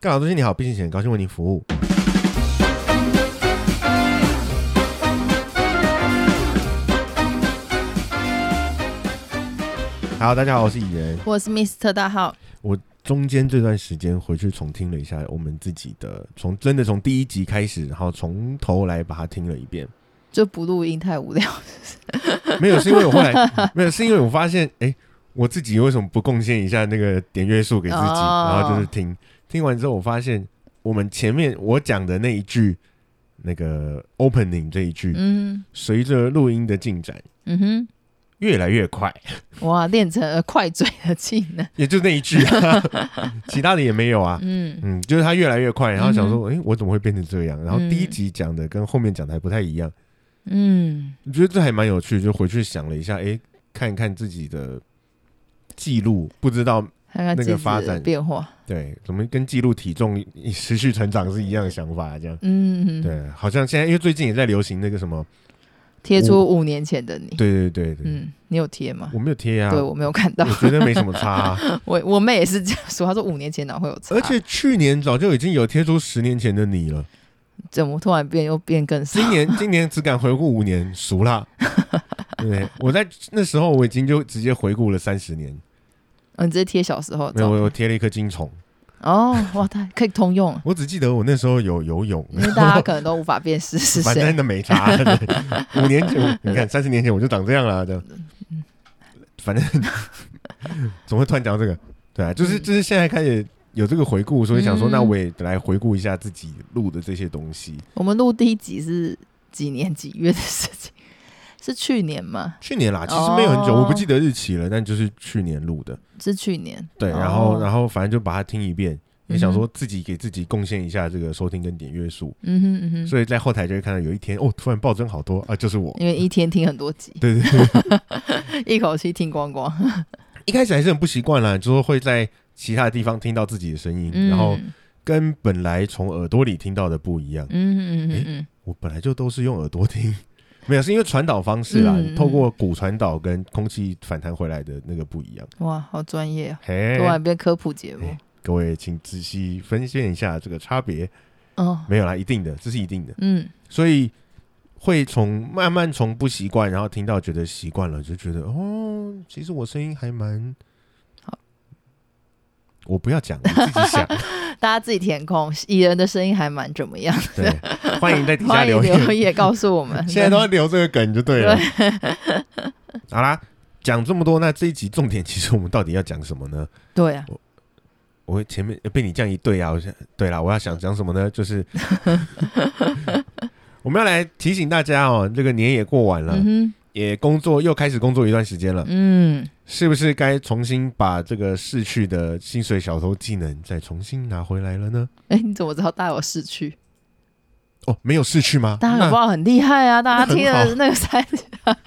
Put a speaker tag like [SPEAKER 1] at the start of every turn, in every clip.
[SPEAKER 1] 干老中心你好，毕信贤，高兴为您服务。Hello，大家好，我是蚁人。
[SPEAKER 2] 我是 Mr 大号，
[SPEAKER 1] 中间这段时间回去重听了一下我们自己的，从真的从第一集开始，然后从头来把它听了一遍。
[SPEAKER 2] 就不录音太无聊，
[SPEAKER 1] 没有，是因为我后来没有，是因为我发现，哎、我自己为什么不贡献一下那个点阅数给自己？
[SPEAKER 2] 哦
[SPEAKER 1] 然后就是听听完之后，我发现我们前面我讲的那一句，那个 opening 这一句，
[SPEAKER 2] 嗯
[SPEAKER 1] 随着录音的进展
[SPEAKER 2] 嗯
[SPEAKER 1] 越来越快，
[SPEAKER 2] 哼，哇，练成了快嘴的技能，
[SPEAKER 1] 也就那一句、 啊，其他的也没有啊。
[SPEAKER 2] 嗯，
[SPEAKER 1] 嗯，就是它越来越快，然后想说，哎、我怎么会变成这样？然后第一
[SPEAKER 2] 嗯
[SPEAKER 1] 集讲的跟后面讲的还不太一样，
[SPEAKER 2] 嗯，
[SPEAKER 1] 我觉得这还蛮有趣，就回去想了一下，哎、看一看自己的记录，不知道
[SPEAKER 2] 看看
[SPEAKER 1] 那个
[SPEAKER 2] 自己
[SPEAKER 1] 发展
[SPEAKER 2] 的变化，
[SPEAKER 1] 对，怎么跟记录体重持续成长是一样的想法、这样。
[SPEAKER 2] 嗯，，
[SPEAKER 1] 对，好像现在因为最近也在流行那个什么，
[SPEAKER 2] 贴出五年前的你，
[SPEAKER 1] 对对对对，
[SPEAKER 2] 嗯，你有贴吗？
[SPEAKER 1] 我没有贴啊，
[SPEAKER 2] 对我没 有看到
[SPEAKER 1] 我，觉得没什么差、啊。
[SPEAKER 2] 我我妹也是这样说，她说五年前哪会有差，
[SPEAKER 1] 而且去年早就已经有贴出十年前的你 了，
[SPEAKER 2] 怎么突然变又变更少？
[SPEAKER 1] 今年今年只敢回顾五年，熟 啦。对，我在那时候我已经就直接回顾了三十年，
[SPEAKER 2] 哦你直接贴小时候的
[SPEAKER 1] 没有
[SPEAKER 2] 照
[SPEAKER 1] 我
[SPEAKER 2] 片
[SPEAKER 1] 我贴了一颗金虫，
[SPEAKER 2] 哦，哇，它可以通用，啊
[SPEAKER 1] 我只记得我那时候有游泳，
[SPEAKER 2] 因为大家可能都无法辨识是
[SPEAKER 1] 反
[SPEAKER 2] 谁
[SPEAKER 1] 正，那没差。对五年 前，你看三十年前我就长这样了，这样。反 正怎么会突然讲到这个？对啊，就是
[SPEAKER 2] 嗯
[SPEAKER 1] 就是现在开始有这个回顾，所以想说，
[SPEAKER 2] 嗯
[SPEAKER 1] 那我也来回顾一下自己录的这些东西。
[SPEAKER 2] 我们录第一集是几年几月的事情？是去年吗？
[SPEAKER 1] 去年啦，其实没有很久，
[SPEAKER 2] 哦
[SPEAKER 1] 我不记得日期了，但就是去年录的。
[SPEAKER 2] 是去年。
[SPEAKER 1] 对，然后然
[SPEAKER 2] 后，
[SPEAKER 1] 后反正就把它听一遍，也想
[SPEAKER 2] 哦嗯哼
[SPEAKER 1] 说自己给自己贡献一下这个收听跟点阅数，
[SPEAKER 2] 嗯哼嗯哼，
[SPEAKER 1] 所以在后台就会看到有一天哦，突然暴增好多啊，就是我。
[SPEAKER 2] 因为一天听很多集，
[SPEAKER 1] 对对对。
[SPEAKER 2] 一口气听光光。
[SPEAKER 1] 一开始还是很不习惯啦，就是会在其他的地方听到自己的声音，
[SPEAKER 2] 嗯
[SPEAKER 1] 然后跟本来从耳朵里听到的不一样。
[SPEAKER 2] 嗯嗯嗯嗯，
[SPEAKER 1] 我本来就都是用耳朵听，没有是因为传导方式啦，
[SPEAKER 2] 嗯嗯
[SPEAKER 1] 透过骨传导跟空气反弹回来的那个不一样。
[SPEAKER 2] 哇，好专业啊！
[SPEAKER 1] 嘿
[SPEAKER 2] 突，然变科普节目
[SPEAKER 1] 哎。各位请仔细分辨一下这个差别。
[SPEAKER 2] 哦，
[SPEAKER 1] 没有啦，一定的，这是一定的，
[SPEAKER 2] 嗯，
[SPEAKER 1] 所以。会从慢慢从不习惯，然后听到觉得习惯了，就觉得哦，其实我声音还蛮
[SPEAKER 2] 好。
[SPEAKER 1] 我不要讲，你自己想。
[SPEAKER 2] 大家自己填空，蚁人的声音还蛮怎 么样？
[SPEAKER 1] 对，欢迎在底下
[SPEAKER 2] 欢迎
[SPEAKER 1] 留言。。
[SPEAKER 2] 留言告诉我们
[SPEAKER 1] 现在都要留这个梗就对了。 好啦，讲这么多，那这一集重点其实我们到底要讲什么呢？
[SPEAKER 2] 对啊，
[SPEAKER 1] 我前面被你这样一对啊，我想对啦，我要想讲什么呢？就是 我们要来提醒大家哦，这个年也过完了，
[SPEAKER 2] 嗯
[SPEAKER 1] 也工作又开始工作一段时间了
[SPEAKER 2] 哼，，嗯，
[SPEAKER 1] 是不是该重新把这个逝去的薪水小偷技能再重新拿回来了呢？
[SPEAKER 2] 哎，你怎么知道大家有逝去？
[SPEAKER 1] 哦，没有逝去吗？
[SPEAKER 2] 大家
[SPEAKER 1] 那
[SPEAKER 2] 搞不好很厉害啊！大家听
[SPEAKER 1] 那很
[SPEAKER 2] 了那个三，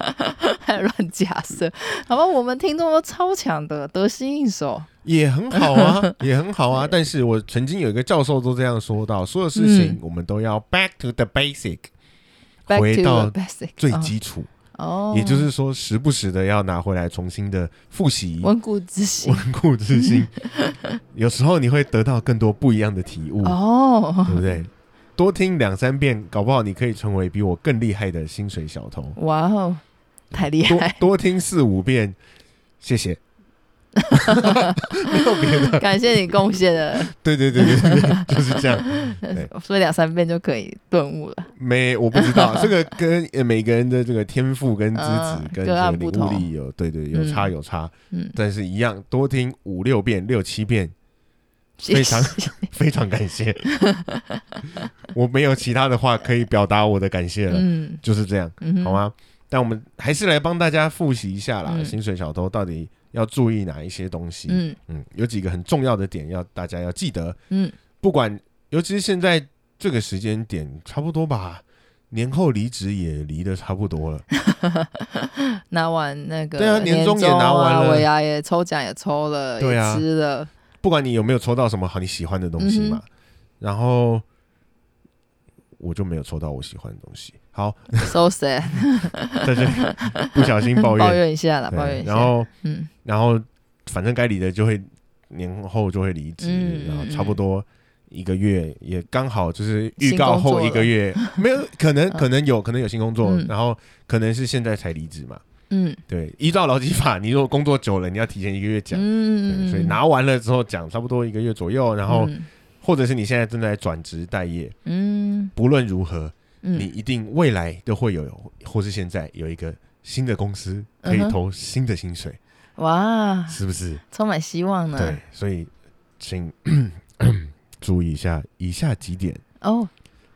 [SPEAKER 2] 还乱假设，好吧？我们听众都超强的，得心应手。
[SPEAKER 1] 也很好 啊，也很好啊。但是我曾经有一个教授都这样说到，所有事情
[SPEAKER 2] 嗯
[SPEAKER 1] 我们都要 back to the basic，、
[SPEAKER 2] Back
[SPEAKER 1] 回
[SPEAKER 2] to
[SPEAKER 1] 到
[SPEAKER 2] the basic，
[SPEAKER 1] 最
[SPEAKER 2] 哦
[SPEAKER 1] 基础，
[SPEAKER 2] 哦，
[SPEAKER 1] 也就是说，时不时的要拿回来重新的复习，
[SPEAKER 2] 温故知新
[SPEAKER 1] 稳固自新。有时候你会得到更多不一样的体悟，
[SPEAKER 2] 哦
[SPEAKER 1] 对。不对？多听两三遍，搞不好你可以成为比我更厉害的薪水小偷。
[SPEAKER 2] 哇哦，太厉
[SPEAKER 1] 多
[SPEAKER 2] 害！
[SPEAKER 1] 多听四五遍，谢谢。 没有别的，
[SPEAKER 2] 感谢你贡献了，
[SPEAKER 1] 对对对对对，就是这样。对
[SPEAKER 2] 所以两三遍就可以顿悟了。
[SPEAKER 1] 没，我不知 道这个跟呃每个人的这个天赋跟资质
[SPEAKER 2] 嗯
[SPEAKER 1] 跟这
[SPEAKER 2] 个
[SPEAKER 1] 个
[SPEAKER 2] 案
[SPEAKER 1] 领
[SPEAKER 2] 不
[SPEAKER 1] 悟
[SPEAKER 2] 同
[SPEAKER 1] 力有对对有差
[SPEAKER 2] 嗯
[SPEAKER 1] 有差，
[SPEAKER 2] 嗯，
[SPEAKER 1] 但是一样多听五六遍六七遍，非常
[SPEAKER 2] 谢谢
[SPEAKER 1] 非常感 谢。我没有其他的话可以表达我的感谢了，
[SPEAKER 2] 嗯
[SPEAKER 1] 就是这样，
[SPEAKER 2] 嗯哼，
[SPEAKER 1] 好啊吗？但我们还是来帮大家复习一下啦，
[SPEAKER 2] 嗯
[SPEAKER 1] 薪水小偷到底要注意哪一些东西？嗯
[SPEAKER 2] 嗯
[SPEAKER 1] 有几个很重要的点要大家要记得，
[SPEAKER 2] 嗯，
[SPEAKER 1] 不管尤其是现在这个时间点，差不多吧。年后离职也离得差不多 了，
[SPEAKER 2] 拿完那个
[SPEAKER 1] 对啊年
[SPEAKER 2] 年
[SPEAKER 1] 终也
[SPEAKER 2] 啊
[SPEAKER 1] 拿完了
[SPEAKER 2] 尾牙也抽奖也抽了，
[SPEAKER 1] 对啊
[SPEAKER 2] 也吃了，
[SPEAKER 1] 不管你有没有抽到什么好你喜欢的东西
[SPEAKER 2] 嗯
[SPEAKER 1] 嘛，然后我就没有抽到我喜欢的东西。好，
[SPEAKER 2] so sad，
[SPEAKER 1] 在 这里不小心 抱
[SPEAKER 2] 抱
[SPEAKER 1] 怨，
[SPEAKER 2] 怨一下啦，
[SPEAKER 1] 对
[SPEAKER 2] 抱怨一下。
[SPEAKER 1] 然后
[SPEAKER 2] 嗯
[SPEAKER 1] 然后反正该离的就会年后就会离职，
[SPEAKER 2] 嗯
[SPEAKER 1] 然后差不多一个月，也刚好就是预
[SPEAKER 2] 新
[SPEAKER 1] 告
[SPEAKER 2] 工作
[SPEAKER 1] 后一个月，没有可能，可能有可能有新工作，
[SPEAKER 2] 嗯
[SPEAKER 1] 然后可能是现在才离职嘛。
[SPEAKER 2] 嗯
[SPEAKER 1] 对，依照劳基法，你如果工作久了，你要提前一个月讲。对，
[SPEAKER 2] 嗯，
[SPEAKER 1] 所以拿完了之后讲差不多一个月左右，然后
[SPEAKER 2] 嗯
[SPEAKER 1] 或者是你现在正在转职待业，
[SPEAKER 2] 嗯
[SPEAKER 1] 不论如何，
[SPEAKER 2] 嗯
[SPEAKER 1] 你一定未来都会有，或是现在有一个新的公司可以
[SPEAKER 2] 嗯哼啊
[SPEAKER 1] 投新的薪水，
[SPEAKER 2] 哇，
[SPEAKER 1] 是不是？
[SPEAKER 2] 充满希望呢。
[SPEAKER 1] 对，所以请 注意一下以下几点。
[SPEAKER 2] 哦，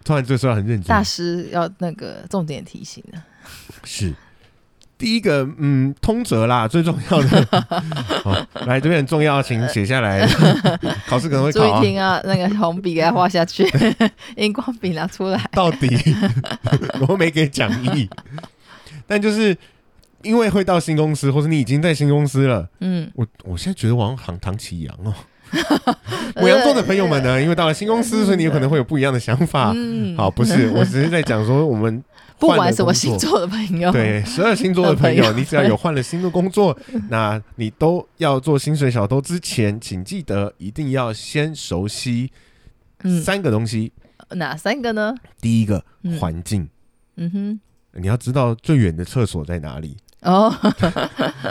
[SPEAKER 1] 突然这时候很认
[SPEAKER 2] 大
[SPEAKER 1] 真，
[SPEAKER 2] 师要那个重点提醒了。
[SPEAKER 1] 是第一个，嗯，通则啦，最重要的。 哦、来这边很重要，请写下来，考试可能会
[SPEAKER 2] 注
[SPEAKER 1] 考
[SPEAKER 2] 意
[SPEAKER 1] 啊。
[SPEAKER 2] 听啊，那个红笔给它画下去， 荧光笔拿出来。
[SPEAKER 1] 到 底 我没给讲义，但就是因为会到新公司，或是你已经在新公司了，
[SPEAKER 2] 嗯，
[SPEAKER 1] 我我现在觉得我好像行唐启阳 哦。母羊座的朋友们呢，因为到了新公司，所以你有可能会有不一样的想法。
[SPEAKER 2] 嗯
[SPEAKER 1] 啊好，不是，我只是在讲说我们
[SPEAKER 2] 不
[SPEAKER 1] 换了
[SPEAKER 2] 管什么
[SPEAKER 1] 工
[SPEAKER 2] 星
[SPEAKER 1] 作
[SPEAKER 2] 座的朋友，
[SPEAKER 1] 对，十二星座的朋 友，你只要有换了新的工作，那你都要做薪水小偷之前，请记得一定要先熟悉
[SPEAKER 2] 嗯，
[SPEAKER 1] 三个东西。
[SPEAKER 2] 哪三个呢？
[SPEAKER 1] 第一个
[SPEAKER 2] 嗯，
[SPEAKER 1] 环境，
[SPEAKER 2] 嗯哼，
[SPEAKER 1] 你要知道最远的厕所在哪 里，
[SPEAKER 2] 哦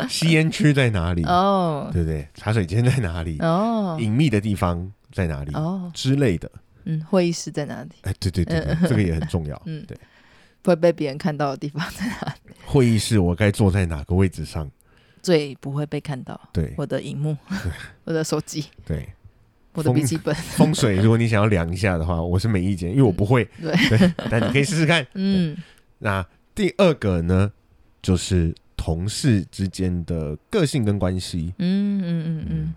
[SPEAKER 1] 吸烟区在哪里，
[SPEAKER 2] 哦
[SPEAKER 1] 对不对？茶水间在哪里？
[SPEAKER 2] 哦
[SPEAKER 1] 隐秘的地方在哪里？
[SPEAKER 2] 哦，
[SPEAKER 1] 之类的。
[SPEAKER 2] 嗯，会议室在哪里？
[SPEAKER 1] 哎，对对对对，这个也很重要。
[SPEAKER 2] 嗯
[SPEAKER 1] 对，
[SPEAKER 2] 不会被别人看到的地方在哪里？
[SPEAKER 1] 会议室我该坐在哪个位置上？
[SPEAKER 2] 最不会被看到，
[SPEAKER 1] 对
[SPEAKER 2] 我的荧幕， 我的手机，
[SPEAKER 1] 对，
[SPEAKER 2] 我的笔记本，
[SPEAKER 1] 风 水如果你想要量一下的话，我是没意见，因为我不会。
[SPEAKER 2] 嗯对
[SPEAKER 1] 对， 但你可以试试看。
[SPEAKER 2] 嗯
[SPEAKER 1] 那第二个呢，就是同事之间的个性跟关系。
[SPEAKER 2] 嗯嗯嗯嗯，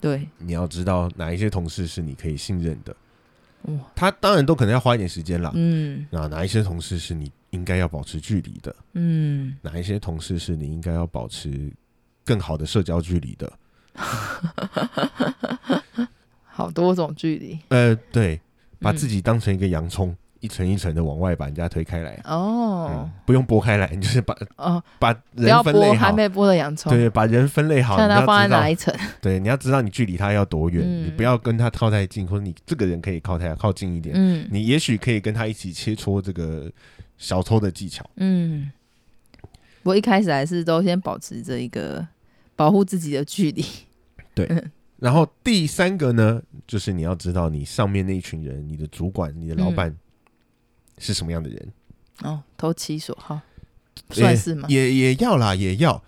[SPEAKER 2] 对，
[SPEAKER 1] 你要知道哪一些同事是你可以信任的，
[SPEAKER 2] 哇，
[SPEAKER 1] 他当然都可能要花一点时间啦。
[SPEAKER 2] 嗯
[SPEAKER 1] 那哪一些同事是你应该要保持距离的？
[SPEAKER 2] 嗯，
[SPEAKER 1] 哪一些同事是你应该要保持更好的社交距离的？
[SPEAKER 2] 好多种距离，
[SPEAKER 1] 呃，
[SPEAKER 2] 嗯
[SPEAKER 1] 对，把自
[SPEAKER 2] 己
[SPEAKER 1] 己当成一个洋葱，一层一层的往外把人家推开来。
[SPEAKER 2] 哦
[SPEAKER 1] 嗯，不用剥开来， 你就是把
[SPEAKER 2] 哦，
[SPEAKER 1] 把
[SPEAKER 2] 不
[SPEAKER 1] 人
[SPEAKER 2] 要
[SPEAKER 1] 分
[SPEAKER 2] 剥
[SPEAKER 1] 类
[SPEAKER 2] 还
[SPEAKER 1] 好，
[SPEAKER 2] 没剥的洋葱，
[SPEAKER 1] 对，把人分类好，
[SPEAKER 2] 看
[SPEAKER 1] 你
[SPEAKER 2] 它
[SPEAKER 1] 要
[SPEAKER 2] 放在
[SPEAKER 1] 知道
[SPEAKER 2] 哪一层，
[SPEAKER 1] 对，你要知道你距离他要多远，
[SPEAKER 2] 嗯
[SPEAKER 1] 你不要跟他靠太近，或者你这个人可以靠太靠近一点，
[SPEAKER 2] 嗯
[SPEAKER 1] 你也许可以跟他一起切磋这个小偷的技巧。
[SPEAKER 2] 嗯，我一开始还是都先保持着一个保护自己的距离，
[SPEAKER 1] 然后第三个呢，就是你要知道你上面那一群人，你的主管、你的老板、是什么样的人，
[SPEAKER 2] 哦，投其所好，
[SPEAKER 1] 也
[SPEAKER 2] 算是吗？
[SPEAKER 1] 也也要啦，也要。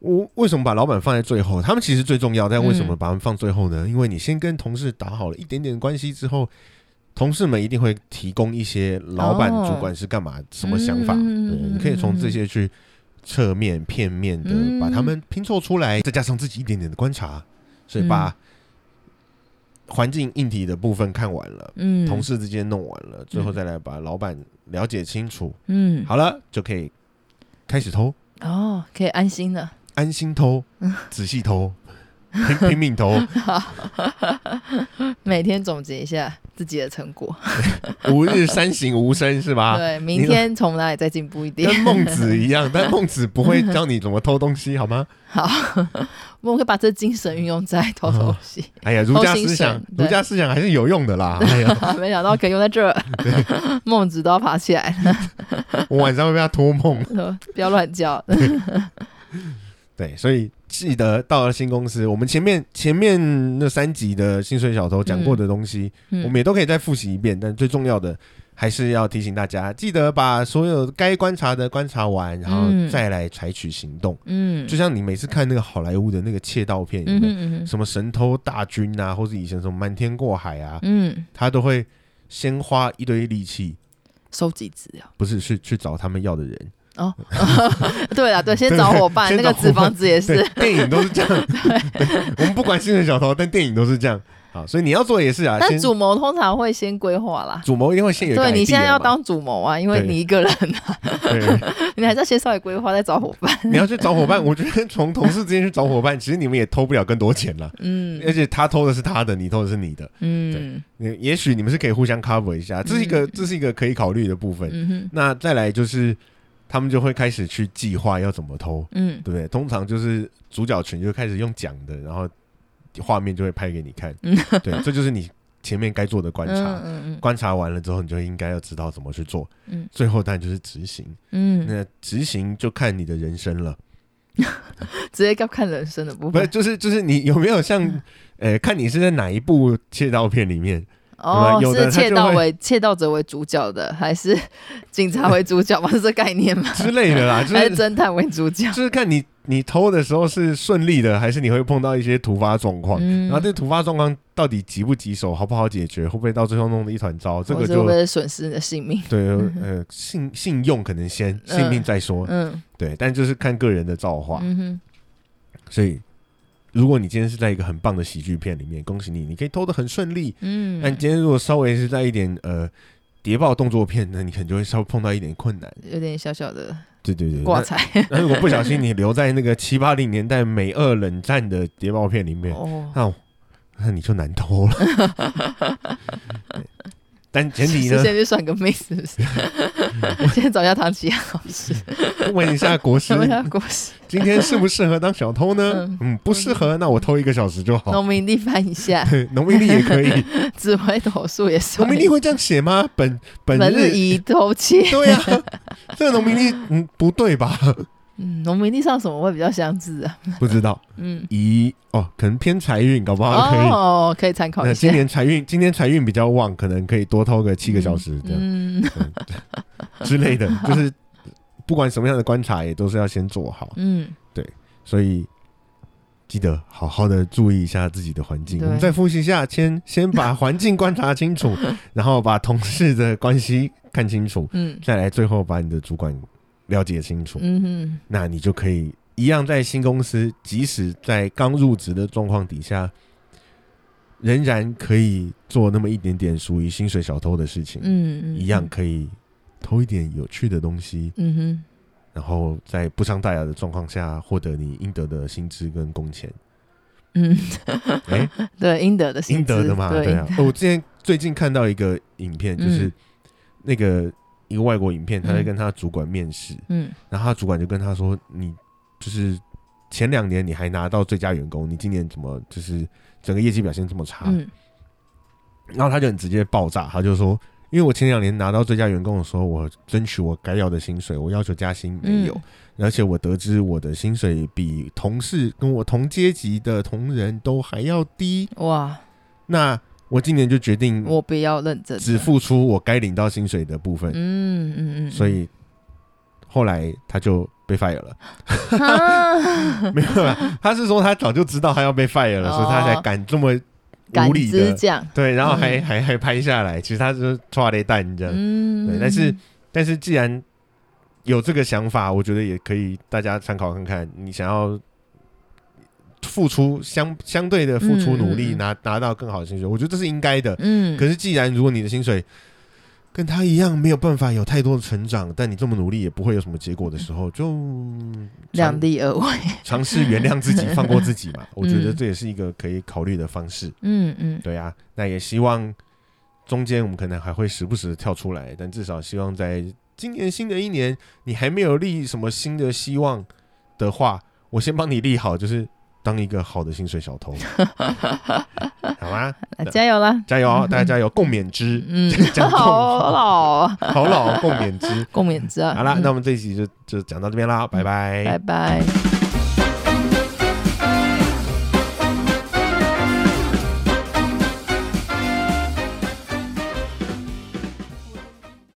[SPEAKER 1] 我为什么把老板放在最后？他们其实最重要，但为什么
[SPEAKER 2] 嗯
[SPEAKER 1] 把他们放最后呢？因为你先跟同事打好了一点点关系之后，同事们一定会提供一些老板、
[SPEAKER 2] 哦
[SPEAKER 1] 主管是干嘛、什么想法，
[SPEAKER 2] 嗯
[SPEAKER 1] 对，你可以从这些去侧面、片面的
[SPEAKER 2] 嗯
[SPEAKER 1] 把他们拼凑出来，再加上自己一点点的观察，所以
[SPEAKER 2] 嗯
[SPEAKER 1] 把环境硬体的部分看完了，
[SPEAKER 2] 嗯，
[SPEAKER 1] 同事之间弄完了，最后再来把老板了解清楚，
[SPEAKER 2] 嗯，
[SPEAKER 1] 好了就可以开始偷。
[SPEAKER 2] 哦，可以安心了，
[SPEAKER 1] 安心 偷，仔细偷，拼拼命偷，
[SPEAKER 2] 每天总结一下自己的成果，
[SPEAKER 1] 吾日三省吾身是吧？
[SPEAKER 2] 对，明
[SPEAKER 1] 啊你
[SPEAKER 2] 天从哪里再进步一点
[SPEAKER 1] 跟？ 孟子一样，但孟子不会教你怎么偷东西，好 吗？
[SPEAKER 2] 好，我们会把这精神运用在偷 东西，
[SPEAKER 1] 哎呀，儒家思想
[SPEAKER 2] 偷心，神对
[SPEAKER 1] 儒家思想还是有用的 啦。哎呀，
[SPEAKER 2] 啊没想到可以用在这儿， 孟子都要爬起来了
[SPEAKER 1] 我晚上会被他托梦。
[SPEAKER 2] 说， 不要乱叫，
[SPEAKER 1] 对，所以记得到了新公司，我们前面前面那三集的薪水小偷讲过的东西，
[SPEAKER 2] 嗯
[SPEAKER 1] 我们也都可以再复习一遍。但最重要的还是要提醒大家，记得把所有该观察的观察完，然后
[SPEAKER 2] 嗯
[SPEAKER 1] 再来采取行动。
[SPEAKER 2] 嗯
[SPEAKER 1] 就像你每次看那个好莱坞的那个窃盗片，有
[SPEAKER 2] 嗯
[SPEAKER 1] 没有
[SPEAKER 2] 哼嗯哼
[SPEAKER 1] 什么神偷大军啊，或是以前什么瞒天过海啊，
[SPEAKER 2] 嗯，
[SPEAKER 1] 他都会先花一堆力气，
[SPEAKER 2] 收集资料。
[SPEAKER 1] 不是是去找他们要的 人。
[SPEAKER 2] 哦，对啊了，对，先找伙伴，
[SPEAKER 1] 先
[SPEAKER 2] 那
[SPEAKER 1] 找
[SPEAKER 2] 个
[SPEAKER 1] 伙
[SPEAKER 2] 纸
[SPEAKER 1] 伴
[SPEAKER 2] 房子也
[SPEAKER 1] 对
[SPEAKER 2] 是，，
[SPEAKER 1] 电影都是这 样。对， 我们不管新人小偷，但电影都是这样。好，所以你要做也是啊，
[SPEAKER 2] 但
[SPEAKER 1] 先
[SPEAKER 2] 主谋通常会先规划啦。
[SPEAKER 1] 主谋一定会先有一个
[SPEAKER 2] 对
[SPEAKER 1] idea
[SPEAKER 2] 你现在要
[SPEAKER 1] 嘛
[SPEAKER 2] 当主谋啊，因为
[SPEAKER 1] 对
[SPEAKER 2] 你一个人 啊，
[SPEAKER 1] 对，
[SPEAKER 2] 你还是要先稍微规划，再找伙伴。
[SPEAKER 1] 你要去找 伙伴。我觉得从同事之间去找伙伴，其实你们也偷不了更多钱了。
[SPEAKER 2] 嗯
[SPEAKER 1] 而且他偷的是他的，你偷的是你的，
[SPEAKER 2] 嗯
[SPEAKER 1] 你也许你们是可以互相 cover 一下，这是一个、
[SPEAKER 2] 嗯
[SPEAKER 1] 这是一个可以考虑的部分。
[SPEAKER 2] 嗯哼
[SPEAKER 1] 那再来就是他们就会开始去计划要怎么偷，
[SPEAKER 2] 嗯
[SPEAKER 1] 对不对？通常就是主角群就开始用讲的，然后画面就会拍给你看。
[SPEAKER 2] 嗯
[SPEAKER 1] 对，这就是你前面该做的观察，
[SPEAKER 2] 嗯嗯
[SPEAKER 1] 观察完了之后，你就应该要知道怎么去做。
[SPEAKER 2] 嗯
[SPEAKER 1] 最后当然就是执行，
[SPEAKER 2] 嗯，嗯
[SPEAKER 1] 那执行就看你的人生了。
[SPEAKER 2] 直接要看人生的部
[SPEAKER 1] 不是，
[SPEAKER 2] 分，
[SPEAKER 1] 就是就是你有没有像，
[SPEAKER 2] 嗯
[SPEAKER 1] 呃，看你是在哪一部窃盗片里面，
[SPEAKER 2] 哦，
[SPEAKER 1] 有的
[SPEAKER 2] 是
[SPEAKER 1] 他
[SPEAKER 2] 窃
[SPEAKER 1] 就
[SPEAKER 2] 盗
[SPEAKER 1] 会
[SPEAKER 2] 为窃盗者为主角的，还是警察为 主角吗？是这概念吗？
[SPEAKER 1] 之类的啦， 就
[SPEAKER 2] 还是
[SPEAKER 1] 是
[SPEAKER 2] 侦探为主角？
[SPEAKER 1] 就是看你你偷的时候是顺利的，还是你会碰到一些突发状况。
[SPEAKER 2] 嗯
[SPEAKER 1] 然后这突发状况到底棘不棘手，好不好解决，会不会到最后弄得一团糟？这
[SPEAKER 2] 或
[SPEAKER 1] 个
[SPEAKER 2] 是会
[SPEAKER 1] 就
[SPEAKER 2] 不会损失你的性命？
[SPEAKER 1] 对，呃，信信用可能先，性命再说。
[SPEAKER 2] 嗯
[SPEAKER 1] 对，但就是看个人的造化。
[SPEAKER 2] 嗯哼，
[SPEAKER 1] 所以，如果你今天是在一个很棒的喜剧片里面，恭喜你，你可以偷得很顺利。
[SPEAKER 2] 嗯，
[SPEAKER 1] 但今天如果稍微是在一点呃谍报动作片，那你可能就会稍微碰到一点困难。
[SPEAKER 2] 有点小小的
[SPEAKER 1] 对对对，
[SPEAKER 2] 挂
[SPEAKER 1] 那
[SPEAKER 2] 彩
[SPEAKER 1] 那如果不小心你留在那个七八零年代美俄冷战的谍报片里面，
[SPEAKER 2] 哦。
[SPEAKER 1] 那那你就难 偷了。对但前提呢嗯
[SPEAKER 2] 是，先去算个命，是不是？先找一下唐琪亚老师，
[SPEAKER 1] 问一下 国师
[SPEAKER 2] 想，问一下国师，
[SPEAKER 1] 今天适不适合当小偷呢？嗯，不适合，那我偷一个小时就好。
[SPEAKER 2] 农民历翻一下，
[SPEAKER 1] 对， 农民历也可以，
[SPEAKER 2] 指挥投诉也是。
[SPEAKER 1] 农民历会这样写吗？本本
[SPEAKER 2] 本
[SPEAKER 1] 日
[SPEAKER 2] 日宜偷窃，
[SPEAKER 1] 对呀、 这个农民历嗯不对吧？
[SPEAKER 2] 嗯，农民历上什么会比较相似啊？
[SPEAKER 1] 不知道
[SPEAKER 2] 嗯，
[SPEAKER 1] 宜哦，可能偏财运，搞不好可以。
[SPEAKER 2] 哦，可以参考
[SPEAKER 1] 那
[SPEAKER 2] 一下
[SPEAKER 1] 今。年财运， 今年财运比较旺，可能可以多偷个七个小时这样、
[SPEAKER 2] 嗯
[SPEAKER 1] 之类 的，就是不管什么样的观察，也都是要先做好。
[SPEAKER 2] 嗯，
[SPEAKER 1] 所以记得好好的注意一下自己的环境。
[SPEAKER 2] 对
[SPEAKER 1] 我们再复习一下，先先把环境观察清 楚，然后把同事的关系看清楚，
[SPEAKER 2] 嗯
[SPEAKER 1] 再来最后把你的主管了解清楚，
[SPEAKER 2] 嗯哼
[SPEAKER 1] 那你就可以一样在新公司，即使在刚入职的状况底下。仍然可以做那么一点点属于薪水小偷的事情，
[SPEAKER 2] 嗯嗯，
[SPEAKER 1] 一样可以偷一点有趣的东西，
[SPEAKER 2] 嗯哼，
[SPEAKER 1] 然后在不伤大雅的状况下获得你应得的薪资跟工 钱。
[SPEAKER 2] 嗯，
[SPEAKER 1] 哎、
[SPEAKER 2] 对，应得的薪
[SPEAKER 1] 应得
[SPEAKER 2] 资
[SPEAKER 1] 的嘛，对
[SPEAKER 2] 对
[SPEAKER 1] 啊。哦我之前最近看到一个影片，就是
[SPEAKER 2] 嗯
[SPEAKER 1] 那个一个外国影片，他在
[SPEAKER 2] 嗯
[SPEAKER 1] 跟他主管面试，
[SPEAKER 2] 嗯
[SPEAKER 1] 然后他主管就跟他说：“你就是前两年你还拿到最佳员工，你今年怎么就是整个业绩表现这么差？”
[SPEAKER 2] 嗯
[SPEAKER 1] 然后他就很直接爆炸，他就说：“因为我前两年拿到最佳员工的时候，我争取我该要的薪水，我要求加薪没
[SPEAKER 2] 嗯
[SPEAKER 1] 有，而且我得知我的薪水比同事跟我同阶级的同仁都还要低。
[SPEAKER 2] 哇，
[SPEAKER 1] 那我今年就决定
[SPEAKER 2] 我比较认真，
[SPEAKER 1] 只嗯付出我该领到薪水的部分，
[SPEAKER 2] 嗯嗯嗯，
[SPEAKER 1] 所以后来他就被 fire 了。
[SPEAKER 2] 啊
[SPEAKER 1] 没有啦，他是说他早就知道他要被 fire 了，
[SPEAKER 2] 哦
[SPEAKER 1] 所以他才敢这么
[SPEAKER 2] 感
[SPEAKER 1] 无理
[SPEAKER 2] 知
[SPEAKER 1] 的。
[SPEAKER 2] 讲，
[SPEAKER 1] 对，然后还、
[SPEAKER 2] 嗯
[SPEAKER 1] 还还拍下来，其实他就是抓了一蛋这样。
[SPEAKER 2] 嗯，
[SPEAKER 1] 对但是但是既然有这个想法，我觉得也可以大家参考看看，你想要。付出相相对的付出努力，
[SPEAKER 2] 嗯嗯嗯
[SPEAKER 1] 拿拿到更好的薪水，我觉得这是应该的。
[SPEAKER 2] 嗯，
[SPEAKER 1] 可是既然如果你的薪水跟他一样没有办法有太多的成长，但你这么努力也不会有什么结果的时候，就嗯
[SPEAKER 2] 量
[SPEAKER 1] 尝
[SPEAKER 2] 力而为，
[SPEAKER 1] 尝试原谅自己，放过自己 嘛。我觉得
[SPEAKER 2] 嗯
[SPEAKER 1] 这也是一个可以考虑的方式。
[SPEAKER 2] 嗯嗯
[SPEAKER 1] 对啊，那也希望中间我们可能还会时不时地跳出来，但至少希望在今年新的一年，你还没有立什么新的希望的话，我先帮你立好，就是当一个好的薪水小偷， 好吗？
[SPEAKER 2] 啊加油啦，
[SPEAKER 1] 加油哦，大家加油，共勉之。，
[SPEAKER 2] 嗯
[SPEAKER 1] 讲共
[SPEAKER 2] 好老啊，
[SPEAKER 1] 好老共勉之。
[SPEAKER 2] 共勉之啊，
[SPEAKER 1] 好啦，
[SPEAKER 2] 嗯
[SPEAKER 1] 那我们这一集就就讲到这边啦，拜拜。
[SPEAKER 2] 拜拜。